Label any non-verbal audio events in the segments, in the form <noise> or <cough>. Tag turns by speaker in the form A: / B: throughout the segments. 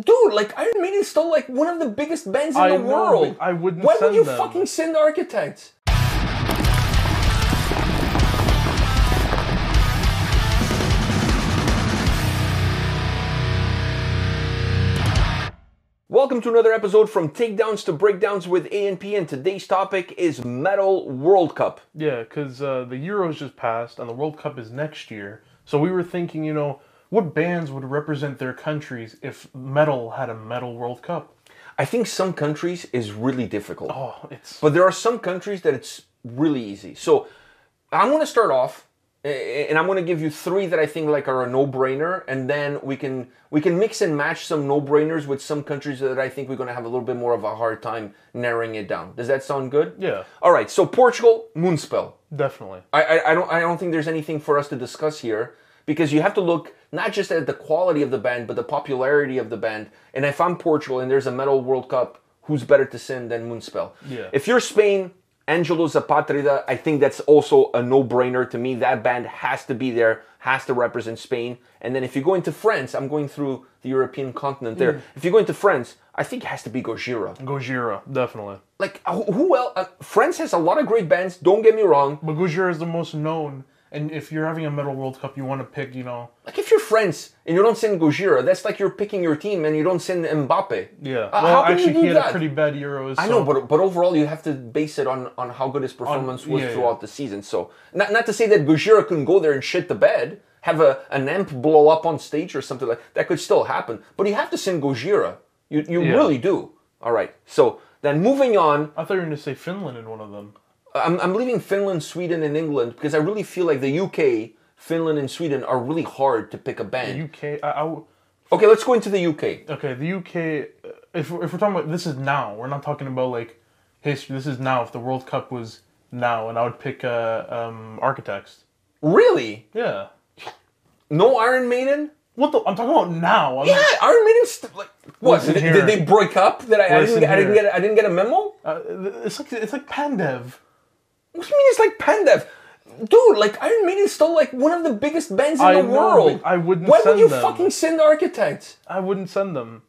A: dude, like Iron Maiden stole like one of the biggest bands in
B: I
A: the
B: know,
A: world.
B: but I wouldn't
A: Why would
B: send
A: you
B: them.
A: fucking send Architects? Welcome to another episode from Takedowns to Breakdowns with ANP, and today's topic is Metal World Cup.
B: Yeah, because uh, the Euros just passed and the World Cup is next year. So we were thinking, you know, what bands would represent their countries if metal had a metal World Cup?
A: I think some countries is really difficult.
B: Oh, it's
A: But there are some countries that it's really easy. So I'm going to start off eh, and I'm going to give you three that I think like are a no-brainer and then we can we can mix and match some no-brainers with some countries that I think we're going to have a little bit more of a hard time narrowing it down. Does that sound good?
B: Yeah.
A: All right. So Portugal, Moonspell.
B: definitely.
A: I, I, I don't I don't think there's anything for us to discuss here because you have to look not just at the quality of the band but the popularity of the band. And if I'm Portugal and there's a metal World Cup, who's better to send than Moonspell?
B: Yeah.
A: If you're Spain, Angelo Zapatrida, I think that's also a no-brainer to me. That band has to be there, has to represent Spain. And then if you go into France, I'm going through the European continent there. If you go into France, I think it has to be Gojira.
B: Gojira, definitely.
A: Like who, who else? Uh, France has a lot of great bands. Don't get me wrong.
B: But Gojira is the most known. And if you're having a metal World Cup, you want to pick, you know,
A: Like if you're friends and you don't send Gojira, that's like you're picking your team and you don't send Mbappe.
B: yeah.
A: Uh,
B: well,
A: how can
B: actually,
A: you
B: he
A: do
B: had
A: that?
B: a pretty bad Euros.
A: I know, but but overall you have to base it on on how good his performance was
B: yeah,
A: throughout the season. So not not to say that Gojira couldn't go there and shit the bed, have a an amp blow up on stage or something like that could still happen. But you have to send Gojira. You you
B: Yeah.
A: really do. All right. So then moving on,
B: I thought you were going to say Finland in one of them.
A: I'm, I'm leaving Finland, Sweden, and England because I really feel like the UK, Finland, and Sweden are really hard to pick a band.
B: UK. I, I w-
A: okay, let's go into the UK.
B: okay, the UK. uh, If we're- if we're talking about this is now, we're not talking about like history. This is now. If the World Cup was now, and I would pick uh, um, Architects.
A: Really?
B: Yeah.
A: No Iron Maiden?
B: What the? I'm talking about now. I'm,
A: Yeah, Iron Maiden. St- like, what?
B: Listen
A: Did,
B: here.
A: did they break up? That I, I
B: Listen
A: didn't. I didn't
B: here.
A: get. I didn't get a memo.
B: uh, it's like it's like Pandev.
A: What do you mean? It's like Pandev, dude. Like Iron Maiden stole like one of the biggest bands in
B: I
A: the
B: know,
A: world.
B: but I wouldn't
A: Why would
B: send
A: you
B: them.
A: fucking send Architects?
B: I wouldn't send them.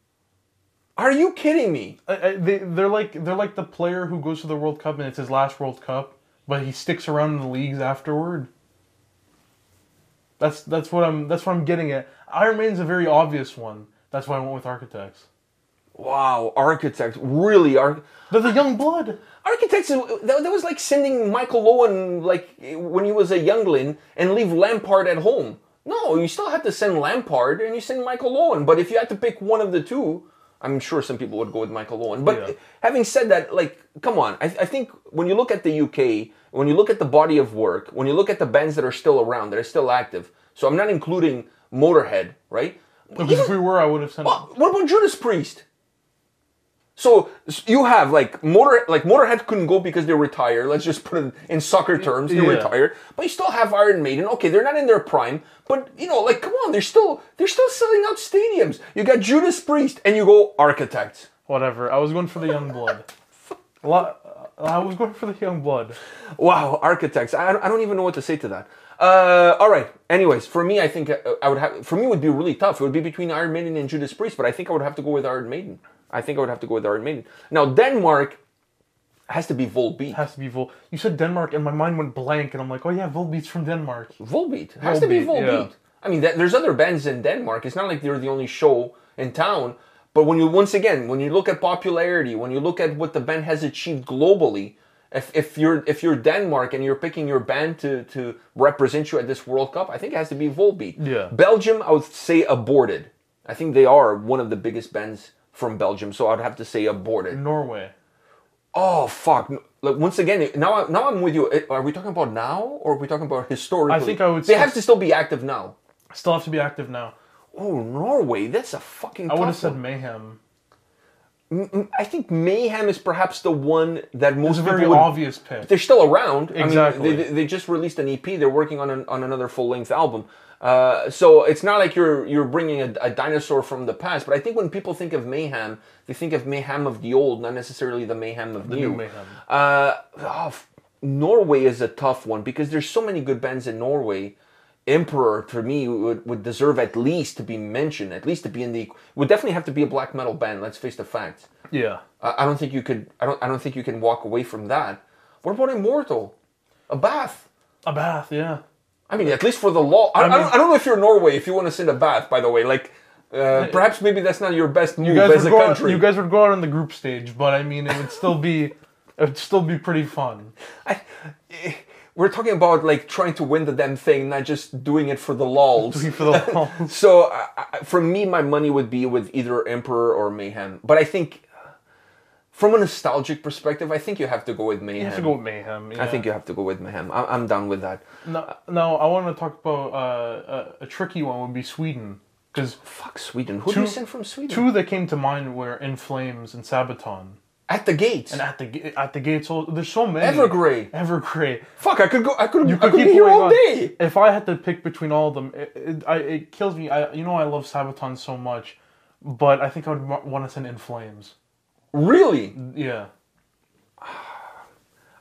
A: Are you kidding me?
B: I, I, they they're like they're like the player who goes to the World Cup and it's his last World Cup, but he sticks around in the leagues afterward. That's that's what I'm that's what I'm getting at. Iron Maiden's a very obvious one. That's why I went with Architects.
A: Wow, Architects really are.
B: They're the young blood.
A: Architects, is- that, that was like sending Michael Owen, like when he was a younglin, and leave Lampard at home. No, you still had to send Lampard and you send Michael Owen. But if you had to pick one of the two, I'm sure some people would go with Michael Owen. But
B: Yeah.
A: having said that, like, come on. I, I think when you look at the UK, when you look at the body of work, when you look at the bands that are still around, that are still active, so I'm not including Motorhead, right?
B: Because if we were, I would have sent.
A: What- What about Judas Priest? So s- you have like motor like Motorhead couldn't go because they're retired. Let's just put it in soccer terms, they're
B: Yeah.
A: retired. But you still have Iron Maiden. Okay, they're not in their prime, but you know, like come on, they're still they're still selling out stadiums. You got Judas Priest and you go Architects.
B: Whatever. I was going for the young blood. A lot- I was going for the young blood.
A: Wow, Architects. I, I don't even know what to say to that. Uh, all right. Anyways, for me, I think I, I would have. For me, it would be really tough. It would be between Iron Maiden and Judas Priest, but I think I would have to go with Iron Maiden. I think I would have to go with Iron Maiden. Now Denmark has to be Volbeat.
B: Has to be Vol. You said Denmark, and my mind went blank, and I'm like, oh yeah, Volbeat's from Denmark.
A: Volbeat has to be
B: Volbeat,
A: Volbeat. I mean, that, there's other bands in Denmark. It's not like they're the only show in town. But when you once again, when you look at popularity, when you look at what the band has achieved globally, if, if you're if you're Denmark and you're picking your band to to represent you at this World Cup, I think it has to be Volbeat.
B: Yeah.
A: Belgium, I would say aborted. I think they are one of the biggest bands from Belgium, so I'd have to say aborted.
B: Norway.
A: Oh fuck! No- Like once again, now I, now I'm with you. Eh, Are we talking about now, or are we talking about <laughs> historically?
B: think I would
A: They
B: still-
A: have to still be active now.
B: Still have to be active now.
A: Oh, Norway. That's a fucking.
B: I would have
A: tough
B: said
A: one.
B: Mayhem.
A: M- I think Mayhem is perhaps the one that most
B: It's a very
A: people would.
B: obvious pick.
A: They're still around. I
B: Exactly.
A: mean, they- they, they just released an EP. They're working on an, on another full length album. Uh, so it's not like you're you're bringing a, a dinosaur from the past. But I think when people think of Mayhem, they think of Mayhem of the old, not necessarily the Mayhem of
B: new Mayhem.
A: Uh, oh, f- Norway is a tough one because there's so many good bands in Norway. Emperor to me would, would deserve at least to be mentioned, at least to be in the would definitely have to be a black metal band. Let's face the fact.
B: Yeah.
A: I, I don't think you could. I don't. I don't think you can walk away from that. What about Immortal? A bath.
B: A bath, yeah.
A: I mean, at least for the law. I, I,
B: mean-
A: don't, I don't know if you're Norway. If you want to send a bath, by the way, like uh, perhaps maybe that's not your best move
B: You guys,
A: as
B: would
A: a
B: go out,
A: country.
B: you guys would go out on the group stage, but I mean, it would still be, it would still be pretty
A: <laughs>
B: fun.
A: I, eh, we're talking about like trying to win the damn thing, not just doing it for the
B: <laughs>
A: lolz.
B: For the long-
A: so I, I, for me, my money would be with either Emperor or Mayhem. But I think, from a nostalgic perspective, I think you have to go with Mayhem.
B: you have to go with mayhem.
A: I think you have to go with Mayhem. I, I'm down with that.
B: Now, now I want to talk about uh, a, a tricky one. Would be Sweden, because
A: Fuck Sweden. Who do you send from Sweden?
B: two that came to mind were In Flames and Sabaton.
A: At the gates.
B: And at the ga- at the gates, all, there's so many.
A: Evergrey. <laughs>
B: Evergrey.
A: Fuck, I could go. I could.
B: You
A: I could be here
B: going
A: all
B: on.
A: day.
B: If I had to pick between all of them, it, it, I, it kills me. I, you know, I love Sabaton so much, but I think I would want to send In Flames.
A: Really?
B: Yeah,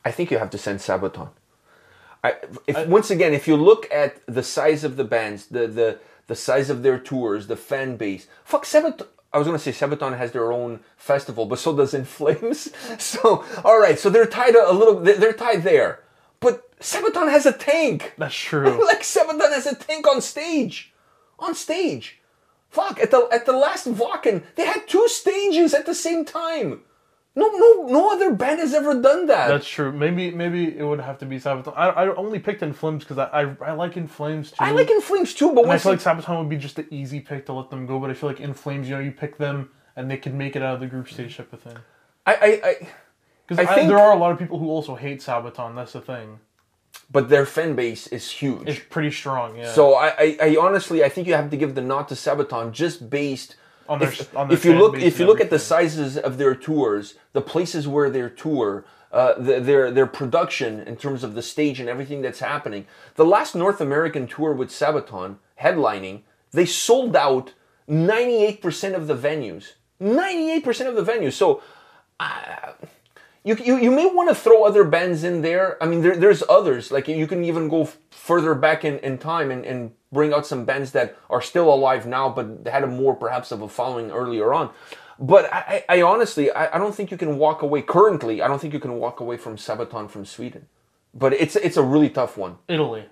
A: I think you have to send Sabaton. I, if, once again, if you look at the size of the bands, the the the size of their tours, the fan base. Fuck Sabaton. I was gonna say Sabaton has their own festival, but so does In Flames. <laughs> So all right, so they're tied a, a little. They're they're tied there, but Sabaton has a tank.
B: that's true.
A: <laughs> like Sabaton has a tank on stage, on stage. Fuck at the at the last Vakken, they had two stages at the same time. No no no other band has ever done that.
B: that's true. Maybe maybe it would have to be Sabaton. I, I only picked In Flames because I, I I like In Flames too.
A: I like In Flames too, but
B: And I
A: once
B: feel like Sabaton would be just the easy pick to let them go, but I feel like In Flames, you know, you pick them and they can make it out of the group stage type of thing.
A: I, I, I,
B: Because
A: I think-
B: there are a lot of people who also hate Sabaton. That's the thing.
A: but their fan base is huge.
B: It's pretty strong. Yeah.
A: so I, I, I honestly, I think you have to give the nod to Sabaton just based
B: On their-
A: if,
B: on their
A: if you
B: fan
A: look
B: base
A: if you
B: and
A: look at the sizes of their tours, the places where they tour, uh, the, their their production in terms of the stage and everything that's happening. The last North American tour with Sabaton headlining, they sold out ninety eight percent of the venues. Ninety eight percent of the venues. So. Uh, you, you, you may want to throw other bands in there. I mean, there, there's others. Like, you can even go f- further back in, in time and, and bring out some bands that are still alive now, but had a more perhaps of a following earlier on. But I, I I honestly, I, I don't think you can walk away currently. I don't think you can walk away from Sabaton from Sweden. But it's it's a really tough one.
B: Italy,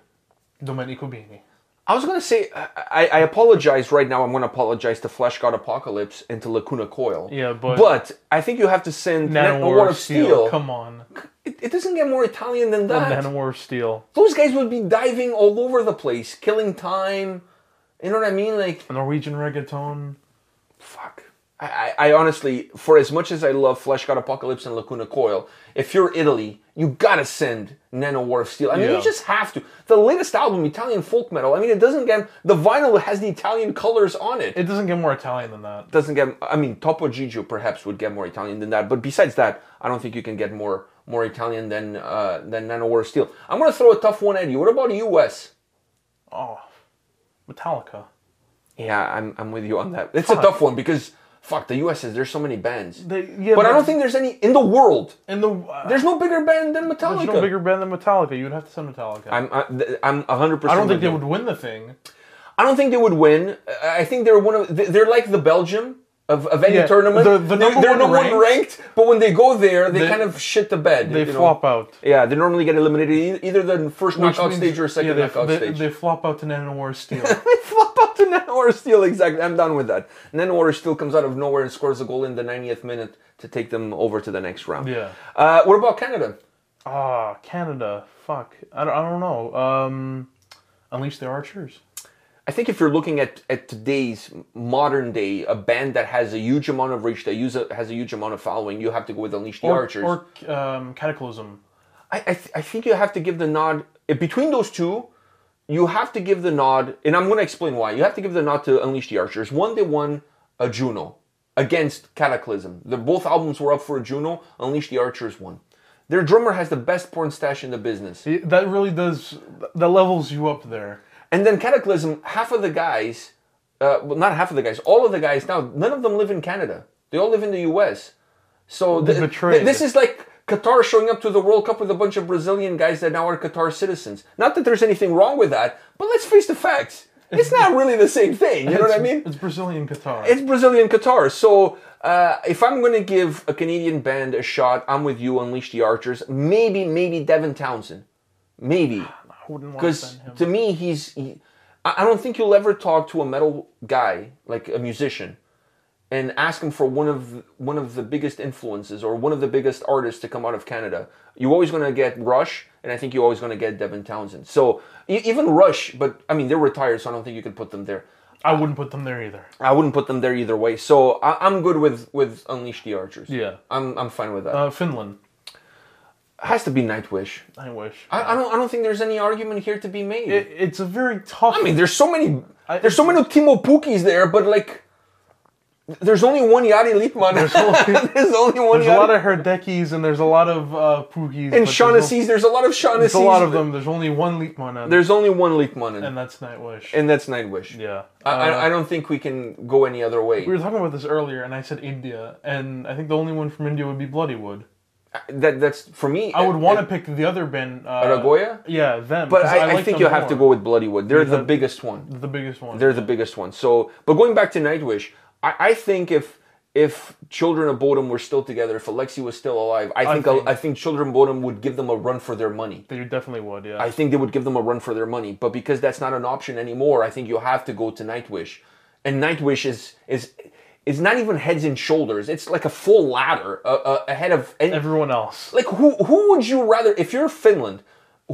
B: Domenico Bini.
A: I was gonna say I, I apologize right now. I'm gonna apologize to Flesh God Apocalypse and to Lacuna Coil.
B: Yeah, but-
A: I think you have to send
B: Nanowar
A: Net War of Steel.
B: Come on,
A: It, it doesn't get more Italian than that.
B: Nanowar of Steel.
A: those guys would be diving all over the place, killing time. You know what I mean? Like,
B: Norwegian reggaeton.
A: fuck. I, I, I honestly, for as much as I love Flesh God Apocalypse and Lacuna Coil, if you're Italy, you gotta send Nano War of Steel. I mean,
B: Yeah.
A: you just have to. The latest album, Italian folk metal. I mean, it doesn't get the vinyl has the Italian colors on it. It
B: It doesn't get more Italian than that.
A: doesn't get. I mean, Topo Gigio perhaps would get more Italian than that, but besides that, I don't think you can get more more Italian than uh, than Nano War of Steel. I'm gonna throw a tough one at you. What about U.S.?
B: Oh, Metallica.
A: Yeah, I'm I'm with you on that. It's
B: Fuck.
A: a tough one because fuck the U.S. is there's so many bands,
B: They, yeah,
A: but I don't think there's any in the world.
B: in the uh,
A: There's no bigger band than Metallica.
B: there's no bigger band than Metallica. You'd have to send Metallica.
A: I'm I, th- I'm 100.
B: I
A: percent
B: don't think they would win the thing.
A: I don't think they would win. I I think they're one of they- they're like the Belgium of, of any
B: Yeah,
A: tournament.
B: they're the number
A: they're
B: one
A: number one ranked, but when they go there, they,
B: They-
A: kind of shit the bed.
B: They
A: you know?
B: flop out.
A: Yeah, they normally get eliminated e- either the first
B: Which
A: knockout
B: means-
A: stage or second
B: yeah, they,
A: knockout
B: they,
A: stage.
B: They flop out to Nanowar of Steel.
A: <laughs> they flop out to Nanor Steel, exactly. I'm done with that. Nanor Steel comes out of nowhere and scores a goal in the 90th minute to take them over to the next round.
B: Yeah.
A: Uh, what about Canada?
B: ah, Canada. Fuck. I don't, I don't know. Um, Unleash the Archers.
A: I think if you're looking at, at today's modern day, a band that has a huge amount of reach, that use a, has a huge amount of following, you have to go with Unleash the
B: Or,
A: Archers.
B: Or um, Cataclysm.
A: I, I, th- I think you have to give the nod eh, between those two. You have to give the nod, and I'm going to explain why. You have to give the nod to Unleash the Archers. One, they won a Juno against Cataclysm. The, both albums were up for a Juno. Unleash the Archers won. Their drummer has the best porn stash in the business.
B: It- that really does. That levels you up there.
A: And then Cataclysm, half of the guys, uh, well, not half of the guys, all of the guys now, none of them live in Canada. They all live in the U.S. So th-
B: betrayed.
A: th- this is like Qatar showing up to the World Cup with a bunch of Brazilian guys that now are Qatar citizens. Not that there's anything wrong with that, but let's face the facts. It's not really the same thing. You know what I mean?
B: It's Brazilian Qatar.
A: It's Brazilian Qatar. So uh, if I'm going to give a Canadian band a shot, I'm with you. Unleash the Archers. Maybe, maybe Devin Townsend. Maybe
B: <sighs> I wouldn't want to
A: because
B: send him.
A: to me he's. He, I I don't think you'll ever talk to a metal guy like a musician and ask him for one of one of the biggest influences or one of the biggest artists to come out of Canada. You're always going to get Rush, and I think you're always going to get Devin Townsend. So e- even Rush, but I mean they're retired, so I don't think you could put them there.
B: I wouldn't put them there either.
A: I wouldn't put them there either way. So I, I'm good with with Unleash the Archers.
B: Yeah.
A: I'm I'm fine with that.
B: Uh, Finland.
A: Has to be Nightwish.
B: I wish.
A: I, I don't I don't think there's any argument here to be made.
B: It- it's a very tough.
A: I mean, there's so many.
B: I-
A: there's so many Timo Pukis there, but like, there's only one Yari Litman. There's <laughs>
B: only-
A: only, one.
B: there's a lot of Herdekis and there's a lot of uh, Poogies.
A: and Shaughnessy's. There's a lot of Shaughnessy's.
B: There's a lot of them. There's only one Leapman, and,
A: There's only one Litman, and,
B: and that's Nightwish.
A: and that's Nightwish.
B: yeah.
A: I,
B: Uh,
A: I, I don't think we can go any other way.
B: we were talking about this earlier, and I said India, and I think the only one from India would be Bloodywood.
A: That that's for me.
B: I would want to pick the other band. Uh,
A: Aragoya?
B: Yeah, them.
A: but
B: 'cause
A: I, I,
B: like
A: think
B: them
A: you have to
B: more.
A: go with Bloodywood. They're the
B: the-
A: biggest one.
B: The biggest one.
A: They're the biggest one. So, but going back to Nightwish, I, I think if if Children of Bodom were still together, if Alexi was still alive, I think I
B: think-
A: think, Children of Bodom would give them a run for their money.
B: They definitely would, yeah.
A: I think they would give them a run for their money. But because that's not an option anymore, I think you have to go to Nightwish, and Nightwish is is is not even heads and shoulders. It's like a full ladder uh, uh, ahead of and,
B: Everyone else.
A: like who who would you rather if you're Finland,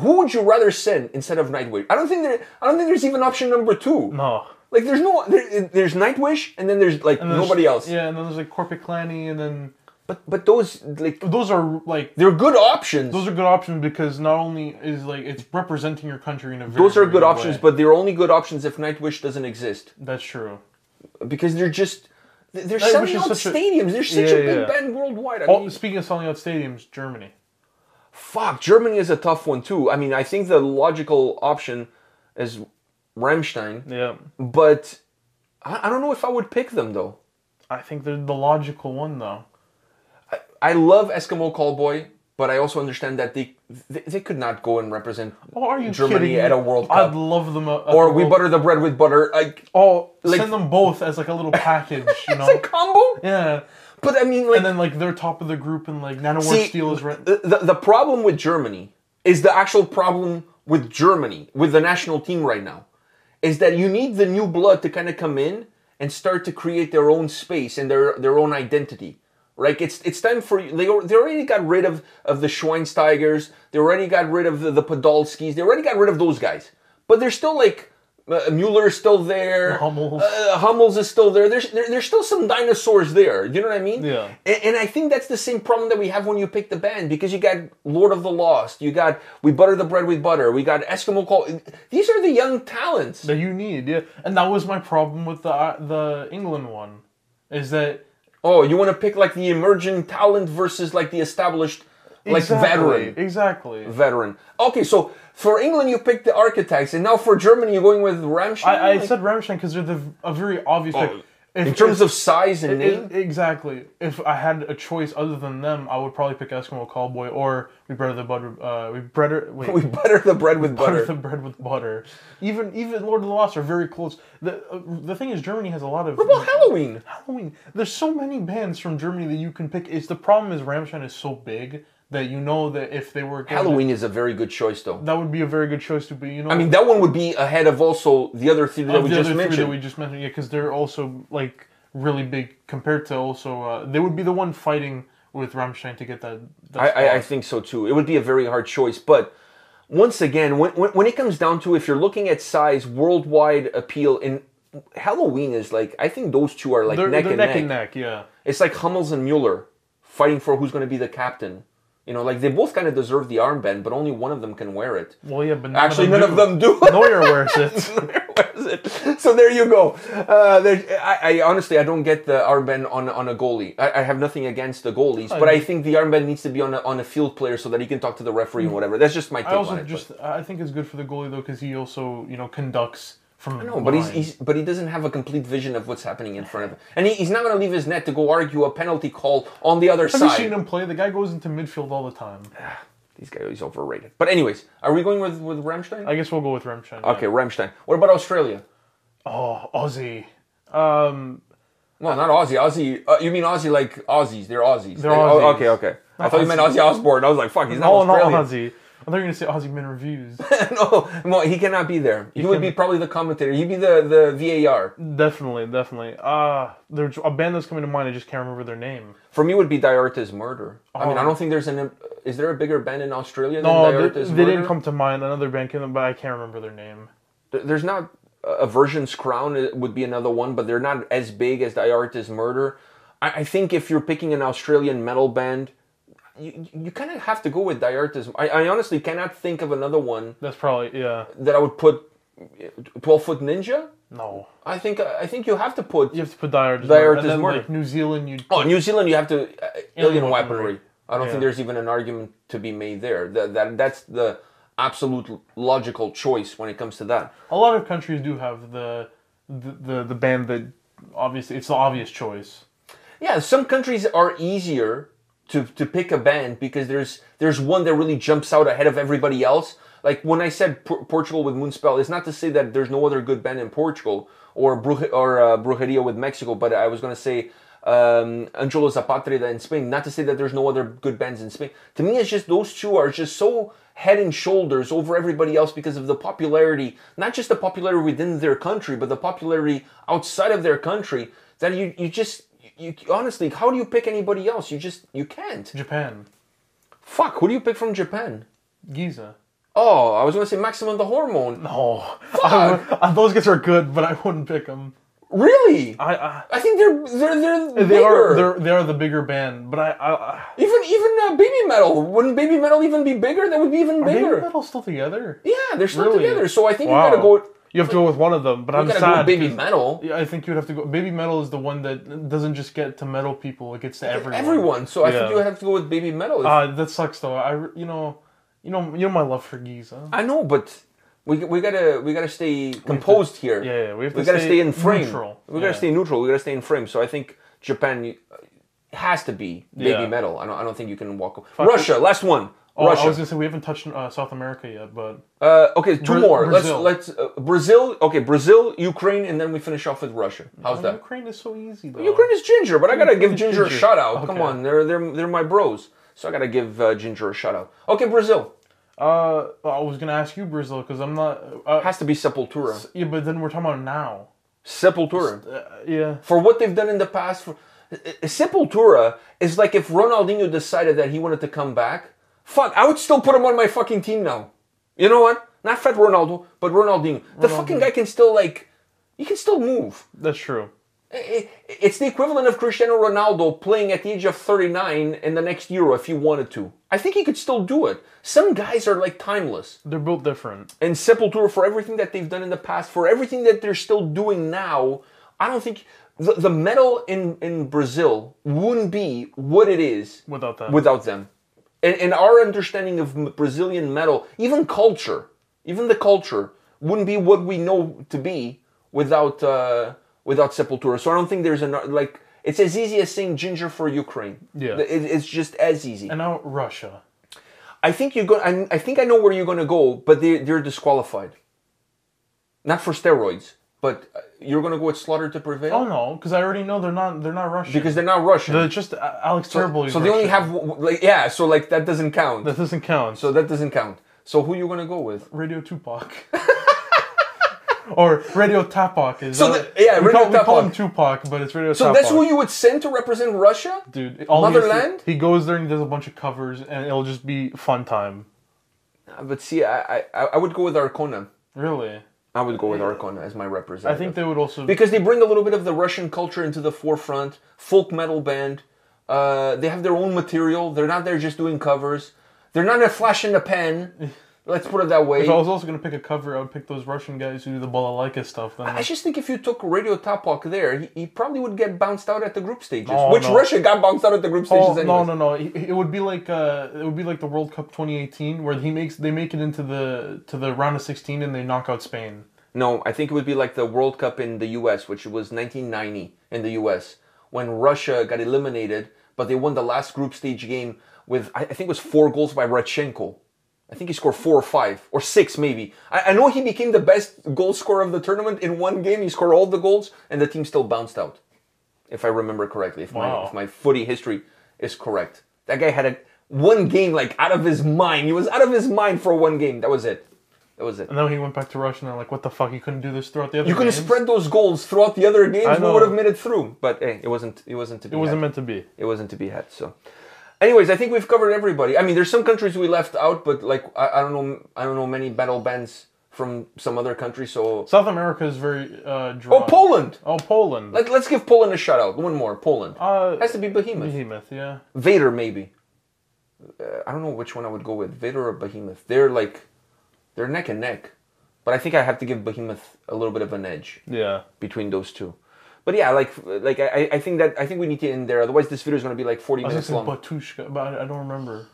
A: who would you rather send instead of Nightwish? I don't think there I don't think there's even option number two.
B: No.
A: Like there's no there, there's Nightwish and then there's like
B: There's-
A: nobody else.
B: Yeah, and then there's like Corpic Clanny, and then
A: But but those like
B: those are like
A: they're good options. Those
B: those are good options because not only is like it's representing your country in a very
A: are,
B: very
A: good
B: way.
A: options, but they're only good options if Nightwish doesn't exist
B: that's true.
A: because they're just they're they're
B: Nightwish
A: selling
B: is
A: out
B: such a-
A: stadiums. they're such a
B: Yeah,
A: big
B: yeah.
A: band worldwide. I
B: Oh,
A: mean,
B: speaking of selling out stadiums, Germany.
A: fuck, Germany is a tough one too. I mean, I think the logical option is Rammstein,
B: Yeah,
A: but I, I don't know if I would pick them though.
B: I think they're the logical one though.
A: I love Eskimo Callboy, but I also understand that they they, they could not go and represent
B: Oh, are you
A: Germany
B: kidding me?
A: at a World Cup.
B: I'd love them. At, at
A: or
B: the
A: we
B: World-
A: butter the bread with butter. Like
B: Oh,
A: like-
B: send them both as like
A: <laughs>
B: a little package, you know?
A: it's a combo.
B: yeah,
A: But I mean, like
B: and then like they're top of the group, and like Nano
A: see,
B: War Steel is right.
A: the the problem with Germany is the actual problem with Germany with the national team right now is that you need the new blood to kind of come in and start to create their own space and their their own identity. Like it's it's time for they al- they already got rid of of the Schweinsteigers. They already got rid of the, the Podolskis. They already got rid of those guys. But they're still like uh, Mueller's still there.
B: Hummels.
A: uh, Hummels is still there. There's there, there's still some dinosaurs there. You know what I mean?
B: Yeah.
A: And, and I think that's the same problem that we have when you pick the band because you got Lord of the Lost, you got We Butter the Bread with Butter, we got Eskimo Call. These are the young talents.
B: that you need. Yeah, and that was my problem with the uh, the England one, is that
A: Oh, you want to pick like the emerging talent versus like the established, like veteran.
B: exactly.
A: Veteran. Okay, so for England you picked the Architects, and now for Germany you're going with Rammstein.
B: I, I
A: Like, Oh,
B: said Rammstein because they're the a very obvious pick. If,
A: in terms
B: if-
A: of size and name.
B: if- exactly, if I had a choice other than them, I would probably pick Eskimo Callboy or we bread the butter. Uh, we bread wait.
A: we butter the bread with
B: Butter
A: butter.
B: the bread with butter. Even even Lord of the Lost are very close. The uh, the thing is, Germany has a lot of
A: Well, Halloween.
B: Halloween. There's so many bands from Germany that you can pick. It's the problem is Ramstein is so big that you know that if they were going to-
A: Halloween is a very good choice, though.
B: that would be a very good choice to be. You know,
A: I mean, that one would be ahead of also the other three that we
B: the
A: just
B: other three
A: mentioned.
B: that we just mentioned, yeah, because they're also like really big compared to also uh, they would be the one fighting with Ramstein to get that. that
A: I, I, I
B: spot.
A: think so too. It would be a very hard choice, but once again, when, when when it comes down to if you're looking at size, worldwide appeal, and Halloween is like I think those two are like
B: they're
A: neck
B: they're
A: and
B: neck,
A: neck.
B: and neck. Yeah,
A: It's like Hummels and Mueller fighting for who's going to be the captain. You know, like they both kind of deserve the armband, but only one of them can wear it.
B: well, yeah, but none
A: Actually, none of them do.
B: <laughs> Neuer wears
A: <laughs>
B: it.
A: Where is it? So there you go. Uh, there, I, I honestly I don't get the armband on on a goalie. I, I have nothing against the goalies, but
B: Oh.
A: I think the armband needs to be on a, on a field player so that he can talk to the referee and whatever. That's just my take
B: I also
A: on it.
B: just I think it's good for the goalie though because he also you know conducts from
A: No, but he's,
B: mine.
A: he's but he doesn't have a complete vision of what's happening in front of him, and he, he's not going to leave his net to go argue a penalty call on the other
B: Have you
A: side.
B: seen him play? The guy goes into midfield all the time.
A: These guys he's overrated. But anyways, are we going with with Ramstein?
B: I guess we'll go with Remchen.
A: okay, Ramstein. What about Australia?
B: Oh, Aussie. Um,
A: No, not Aussie. Aussie. Uh, you mean Aussie like Aussies? They're Aussies.
B: They're
A: oh,
B: Aussies.
A: okay, okay. I
B: Not
A: thought you meant
B: Aussies.
A: Aussie Osborne. I was like, fuck, he's not
B: all in all,
A: Australian.
B: Aussie. I thought you were gonna say Aussie men <laughs> reviews.
A: <laughs> no, no, he cannot be there. He, would be probably the commentator. He'd be the the VAR.
B: definitely, definitely. Ah, there's a band that's coming to mind. I just can't remember their name.
A: For me, would be Diarta's murder. I mean, I
B: Oh.
A: don't think there's an. Is there a bigger band in Australia than
B: No, Oh, they,
A: Diarta's
B: they
A: murder?
B: didn't come to mind. Another band came, to mind, but I can't remember their name.
A: Th- There's not a version's crown uh, would be another one, but they're not as big as Diarta's murder. I, I think if you're picking an Australian metal band, you you kind of have to go with Diarta's. I, I honestly cannot think of another one
B: That's probably yeah.
A: that I would put. Twelve Foot Ninja.
B: No,
A: I think I think you have to put.
B: you have to put Die Artist.
A: Dire
B: and
A: Artist
B: then,
A: Murder.
B: like New Zealand, you
A: Oh, New Zealand, you have to uh, alien
B: weaponry.
A: weaponry. I don't think
B: Yeah.
A: there's even an argument to be made there. That, that that's the absolute l- logical choice when it comes to that.
B: a lot of countries do have the the the, the band that obviously it's the obvious choice.
A: Yeah, some countries are easier to, to pick a band because there's there's one that really jumps out ahead of everybody else. Like when I said Por- Portugal with Moonspell, it's not to say that there's no other good band in Portugal or Bruje- or uh, Brujeria with Mexico, but I was gonna say um, Angelo Zapatrida in Spain. Not to say that there's no other good bands in Spain. To me, it's just those two are just so head and shoulders over everybody else because of the popularity, not just the popularity within their country, but the popularity outside of their country. That you you just you honestly, how do you pick anybody else? You just you can't.
B: Japan,
A: Fuck, who do you pick from Japan?
B: Giza.
A: Oh, I was gonna say Maximum the Hormone.
B: Oh, <laughs> I would- uh, those guys are good, but I wouldn't pick them.
A: Really?
B: I, I
A: I think they're they're they're
B: they
A: bigger.
B: are they're they are the bigger band, but I, I, I
A: even even uh, Baby Metal wouldn't Baby Metal even be bigger? That would be even
B: maybe
A: bigger.
B: metal still together.
A: Yeah, they're still
B: Really?
A: together. So I think
B: Wow.
A: you gotta go.
B: You have to go with one of them, but
A: You
B: I'm
A: gotta
B: sad.
A: go with Baby
B: 'cause-
A: Metal.
B: Yeah, I think you would have to go. Baby metal is the one that doesn't just get to metal people; it gets to everyone.
A: Everyone. So I
B: Yeah.
A: think you have to go with Baby Metal.
B: Uh, that sucks though. I re- you know you know you know my love for Giza.
A: I know, but we we gotta we gotta stay composed here.
B: yeah, yeah, we have to
A: gotta
B: stay
A: stay in frame.
B: neutral.
A: We gotta
B: Yeah.
A: stay neutral. We gotta stay in frame. So I think Japan uh, has to be baby
B: Yeah.
A: metal. I don't I don't think you can walk. Russia, last one.
B: Oh, I
A: Russia.
B: was gonna say we haven't touched uh, South America yet, but
A: Uh, okay, two
B: Bra-
A: more.
B: Brazil.
A: Let's let's uh, Brazil. Okay, Brazil, Ukraine, and then we finish off with Russia. How's that?
B: Ukraine is so easy though.
A: Ukraine is Ginger, but I gotta give
B: Mm-hmm. is
A: Ginger, a
B: Ginger.
A: shout out. Come
B: Okay.
A: on, they're they're they're my bros. So I gotta give uh, Ginger a shout out. Okay, Brazil
B: Uh, I was gonna ask you Brazil because I'm not. Uh,
A: has to be Sepultura.
B: yeah, but then we're talking about now.
A: Sepultura.
B: Uh, yeah.
A: for what they've done in the past. For, Sepultura is like if Ronaldinho decided that he wanted to come back. Fuck, I would still put him on my fucking team now. You know what? Not Fat Ronaldo, but Ronaldinho. The fucking guy can still like, he can still move.
B: That's true.
A: I- I- It's the equivalent of Cristiano Ronaldo playing at the age of 39 in the next Euro if he wanted to. I think he could still do it. Some guys are like timeless
B: They're both different.
A: and Sepultura for everything that they've done in the past, for everything that they're still doing now, I don't think the, the metal in, in Brazil wouldn't be what it is
B: Without that.
A: without them. And, and our understanding of m- Brazilian metal, even culture, even the culture, wouldn't be what we know to be without uh, without Sepultura. So I don't think there's an like it's as easy as saying ginger for Ukraine.
B: Yeah.
A: It- it's just as easy.
B: And now Russia.
A: I think you're going. I, I think I know where you're going to go, but they, they're disqualified. Not for steroids, but uh, you're going to go with Slaughter to prevail
B: Oh no, because I already know they're not. They're not Russian.
A: because they're not Russian.
B: they're just uh, Alex Terrible. is
A: so they only
B: Russian.
A: have w- w- like yeah. So like that doesn't count.
B: That doesn't count.
A: so that doesn't count. So who you going to go with?
B: Radio
A: <laughs>
B: Tupac. <laughs> or Radio Tapak is
A: So
B: that-
A: the- yeah,
B: we
A: Radio
B: call, we call
A: Tapak.
B: him Tupac, but it's Radio
A: So
B: Tapak.
A: that's who you would send to represent Russia.
B: dude. All he has to-
A: Motherland?
B: He, goes there and he does a bunch of covers, and it'll just be fun time.
A: Uh, But see, I, I I would go with Arcona.
B: Really,
A: I would go with Arcona as my
B: I
A: representative.
B: think they would also.
A: because they bring a little bit of the Russian culture into the forefront. Folk metal band. Uh, they have their own material. They're not there just doing covers. They're not a flash in the
B: <laughs>
A: pan. Let's put it that way.
B: if I was also gonna pick a cover, I would pick those Russian guys who do the balalaika stuff. Then
A: I just think if you took Radio Tapok there, he, he probably would get bounced out at the group stages.
B: No,
A: which
B: Oh, no.
A: Russia got bounced out at the group stages
B: Oh, no,
A: anyways.
B: no, no! It it would be like uh, it would be like the World Cup 2018, where he makes they make it into the to the round of 16 and they knock out Spain.
A: No, I think it would be like the World Cup in the U.S., which was 1990 in the U.S. when Russia got eliminated, but they won the last group stage game with I I think it was four goals by Radchenko. I think he scored four or five or six, maybe. I, I know he became the best goal scorer of the tournament in one game. He scored all the goals, and the team still bounced out, if I remember correctly. If my
B: Wow.
A: if my footy history is correct, that guy had a one game like out of his mind. He was out of his mind for one game. That was it. That was it.
B: And then he went back to Russia, and they're like, "What the fuck? You couldn't do this throughout the other."
A: You could have
B: games?"
A: spread those goals throughout the other games. We
B: know.
A: would have made it through, but hey, it wasn't. It wasn't to be.
B: It wasn't meant to be.
A: it wasn't to be had. So, anyways, I think we've covered everybody. I mean, there's some countries we left out, but like I, I don't know, I don't know many battle bands from some other country. So,
B: South America is very uh,
A: oh,
B: dry.
A: Poland.
B: Oh, Poland.
A: Let, let's give Poland a shout out. One more, Poland.
B: Uh,
A: Has to be Behemoth.
B: Behemoth, yeah.
A: Vader maybe. Uh, I don't know which one I would go with, Vader or Behemoth. They're like, they're neck and neck, but I think I have to give Behemoth a little bit of an edge.
B: Yeah.
A: between those two. But yeah, like like I, I think that I think we need to end there. Otherwise, this video is going to be like forty
B: I was going to
A: minutes
B: say
A: long.
B: Batushka, but I, I don't remember.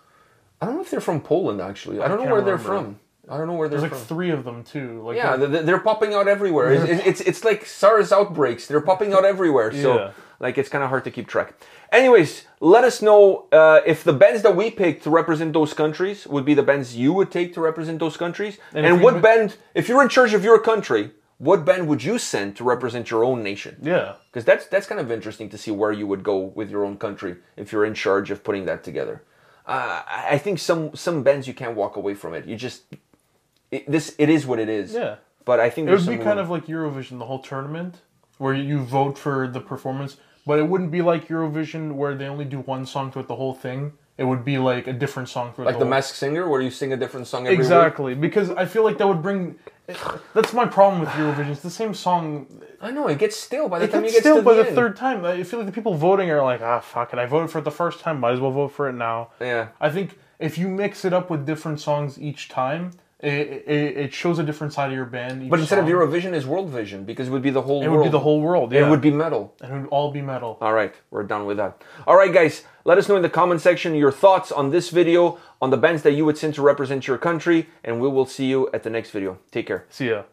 A: I don't know if they're from Poland actually. I don't know
B: can't
A: where they're
B: remember.
A: from. I don't know where they're
B: There's like
A: from.
B: three of them, too. Like,
A: yeah,
B: they're-
A: they're, they're popping out everywhere. It's, it's, it's it's like SARS outbreaks. They're popping out everywhere. So
B: Yeah.
A: like it's kind of hard to keep track. Anyways, let us know uh, if the bands that we picked to represent those countries would be the bands you would take to represent those countries, and,
B: if we
A: what
B: would-
A: band, if you're in charge of your country, what band would you send to represent your own nation?
B: yeah.
A: because that's that's kind of interesting to see where you would go with your own country if you're in charge of putting that together. Uh, I I think some some bands you can't walk away from it. You just it, this it is what it is.
B: Yeah.
A: But I think
B: It would
A: there's
B: be
A: some
B: kind
A: room-
B: of like Eurovision, the whole tournament, where you vote for the performance, but it wouldn't be like Eurovision where they only do one song throughout the whole thing. It would be like a different song throughout
A: like
B: the
A: the
B: whole
A: Masked Singer where you sing a different song every week.
B: Exactly, because I feel like that would bring. That's my problem with Eurovision. It's the same song.
A: I know it gets stale by the
B: It
A: time you get
B: gets still
A: to
B: by
A: the,
B: the
A: end.
B: third time. I feel like the people voting are like, ah, fuck it. I voted for it the first time. Might as well vote for it now.
A: Yeah.
B: I think if you mix it up with different songs each time, it it, it shows a different side of your band. Each
A: But instead of
B: song.
A: Eurovision is World Vision because it would be the whole
B: it
A: world.
B: would be the whole world.
A: And
B: Yeah.
A: it would be metal.
B: and it would all be metal.
A: All right, we're done with that. All right, guys, let us know in the comment section your thoughts on this video, on the bands that you would send to represent your country, and we will see you at the next video. Take care.
B: See ya.